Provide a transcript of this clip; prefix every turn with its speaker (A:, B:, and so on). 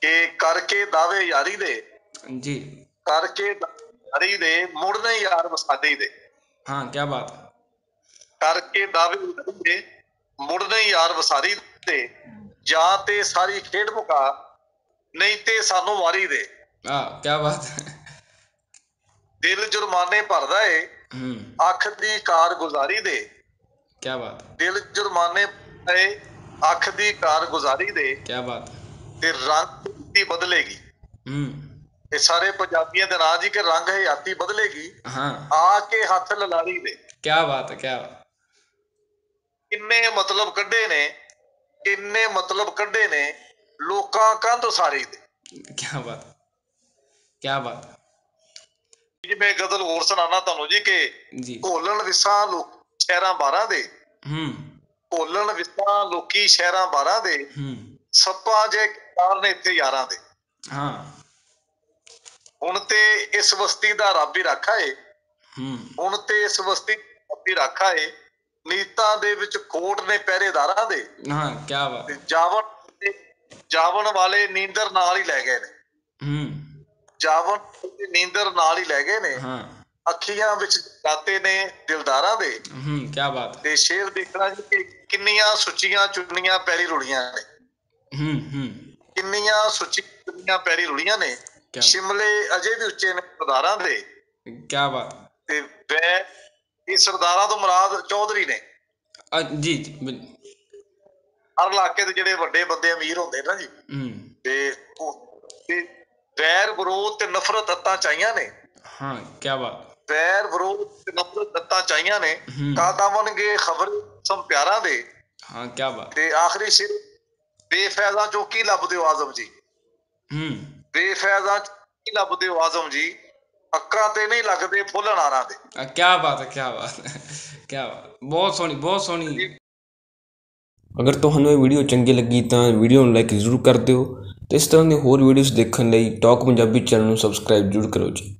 A: ਕਿ ਕਰਕੇ ਦਾਵੇ ਯਾਰੀ ਦੇ
B: जी
A: ਕਰਕੇ ਦਾਵੇ ਯਾਰੀ ਦੇ ਮੁੜਨੇ ਯਾਰ ਵਸਾਦੇ ਦੇ
B: हाँ क्या बात है
A: ਕਰਕੇ ਦਾਵੇ ਯਾਰੀ ਦੇ ਮੁੜਨੇ ਯਾਰ ਵਸਾਰੀ ਦੇ ਜਾਂ ਤੇ ਸਾਰੀ ਖੇਡ ਮੁਕਾ ਨਹੀਂ ਤੇ ਸਾਨੂੰ ਵਾਰੀ ਦੇ
B: हाँ क्या बात है
A: ਦਿਲ ਜੁਰਮਾਨੇ ਭਰਦਾ ਏ
B: हम्म
A: ਅੱਖ ਦੀ ਕਾਰਗੁਜ਼ਾਰੀ ਦੇ
B: क्या बात है
A: ਦਿਲ ਜੁਰਮਾਨੇ ਭਰਦਾ ਏ ਅੱਖ ਦੀ ਕਾਰਗੁਜ਼ਾਰੀ ਦੇ
B: क्या बात है
A: ਤੇ ਰੰਗ ਦੀ ਬਦਲੇਗੀ
B: हम्म
A: ਇਹ ਸਾਰੇ ਪੰਜਾਬੀਆਂ ਦੇ ਨਾਂ ਜੀ ਕਿ ਰੰਗ ਹਯਾਤੀ ਬਦਲੇਗੀ
B: हाँ
A: ਆ ਕੇ ਹੱਥ ਲਲਾਰੀ ਦੇ
B: क्या बात है क्या बात
A: ਕਿੰਨੇ ਮਤਲਬ ਕੱਢੇ ਨੇ ਕਿੰਨੇ ਮਤਲਬ ਕੱਢੇ ਨੇ ਲੋਕਾਂ ਕੰਧ ਸਾਰੀ ਦੇ
B: क्या बात है क्या बात
A: ਜਿਵੇਂ ਗਜ਼ਲ ਹੋਰ ਸੁਣਾਣਾ ਤੁਹਾਨੂੰ ਜੀ ਕਿ
B: है जी
A: ਘੋਲਣ ਵਿਸਾਂ ਲੋਕ ਸ਼ਹਿਰਾਂ ਬਾਰਾਂ ਦੇ
B: हम्म
A: ਘੋਲਣ ਵਿਸਾਂ ਲੋਕੀ ਸ਼ਹਿਰਾਂ ਬਾਰਾਂ ਦੇ
B: हम्म
A: ਸੱਪਾਂ ਜੇ ਕਾਰ ਨੇ ਇੱਥੇ ਯਾਰਾਂ ਦੇ
B: हाँ
A: ਹੁਣ ਤੇ ਇਸ ਵਸਤੀ ਦਾ ਰੱਬ ਹੀ ਰਾਖਾ ਏ
B: हम्म
A: ਹੁਣ ਤੇ ਇਸ ਵਸਤੀ ਦਾ ਰੱਬ ਹੀ ਰਾਖਾ ਏ ਨੀਤਾਂ ਦੇ ਵਿੱਚ ਕੋਟ ਨੇ ਪਹਿਰੇਦਾਰਾਂ ਦੇ
B: हाँ क्या बात
A: ਤੇ
B: है
A: ਜਾਵਣ ਜਾਵਣ ਵਾਲੇ ਨੀਂਦਰ ਨਾਲ ਹੀ ਲੈ ਗਏ ਨੇ
B: हम्म
A: ਜਾਵਣ ਤੇ ਨੀਂਦਰ ਨਾਲ ਹੀ ਲੈ ਗਏ ਨੇ
B: हाँ
A: ਅੱਖੀਆਂ ਵਿੱਚ ਦਾਤੇ ਨੇ ਦਿਲਦਾਰਾਂ ਦੇ
B: हम्म क्या बात है
A: ਤੇ ਸ਼ੇਰ ਦੇਖਣਾ ਜੀ ਕਿ ਕਿੰਨੀਆਂ ਸੁੱਚੀਆਂ ਚੁੰਨੀਆਂ ਪੈਰੀ ਰੁੜੀਆਂ ਨੇ
B: हम्म हम्म
A: ਕਿੰਨੀਆਂ ਸੁੱਚੀਆਂ ਚੁੰਨੀਆਂ ਪੈਰੀ ਰੁੜੀਆਂ ਨੇ
B: क्या
A: ਸ਼ਿਮਲੇ ਅਜੇ ਵੀ ਉੱਚੇ ਨੇ ਸਰਦਾਰਾਂ ਦੇ
B: क्या बात है
A: ਤੇ ਵੈ ਇਹ ਸਰਦਾਰਾਂ ਤੋਂ ਮੁਰਾਦ ਚੌਧਰੀ ਨੇ
B: अ, जी जी बिल-
A: ਹਰ ਇਲਾਕੇ ਦੇ ਜਿਹੜੇ ਵੱਡੇ ਬੰਦੇ ਅਮੀਰ ਹੁੰਦੇ ਨਾ ਜੀ
B: हम्म
A: ਤੇ ਉਹ ਤੇ ਵੈਰ ਵਿਰੋਧ ਤੇ ਨਫ਼ਰਤ ਅੱਤਾਂ ਚਾਹੀਆਂ ਨੇ
B: हाँ क्या बात
A: ਵੈਰ ਵਿਰੋਧ ਤੇ ਨਫ਼ਰਤ ਦਿੱਤਾ ਚਾਹੀਆਂ ਨੇ
B: ਹੂੰ।
A: ਕਾਦਾਵਨਗੇ ਖਬਰ ਸਮ ਪਿਆਰਾ ਦੇ
B: हाँ क्या बात
A: ਤੇ ਆਖਰੀ ਸਿਰ ਬੇਫੈਜ਼ਾਂ ਚੋਂ ਕੀ ਲੱਭਦੇ ਹੋ ਆਜ਼ਮ ਜੀ
B: हम्म
A: ਬੇਫੈਜ਼ਾਂ ਚੋਂ ਕੀ ਲੱਭਦੇ ਹੋ ਆਜ਼ਮ ਜੀ ਅੱਖਾਂ ਤੇ ਨਹੀਂ ਲੱਗਦੇ ਫੁੱਲ ਨਾਰਾਂ ਦੇ
B: अ, क्या बात है क्या बात है क्या बात बहुत सोहनी बहुत सोहनी
C: ਅਗਰ ਤੁਹਾਨੂੰ ਇਹ ਵੀਡੀਓ ਚੰਗੀ ਲੱਗੀ ਤਾਂ ਵੀਡੀਓ ਨੂੰ ਲਾਈਕ ਜ਼ਰੂਰ ਕਰ ਦਿਓ ਤੇ ਇਸ ਤਰ੍ਹਾਂ ਦੀਆਂ ਹੋਰ ਵੀਡੀਓਜ਼ ਦੇਖਣ ਲਈ ਟਾਕ ਪੰਜਾਬੀ ਚੈਨਲ ਨੂੰ ਸਬਸਕ੍ਰਾਈਬ ਜ਼ਰੂਰ ਕਰੋ ਜੀ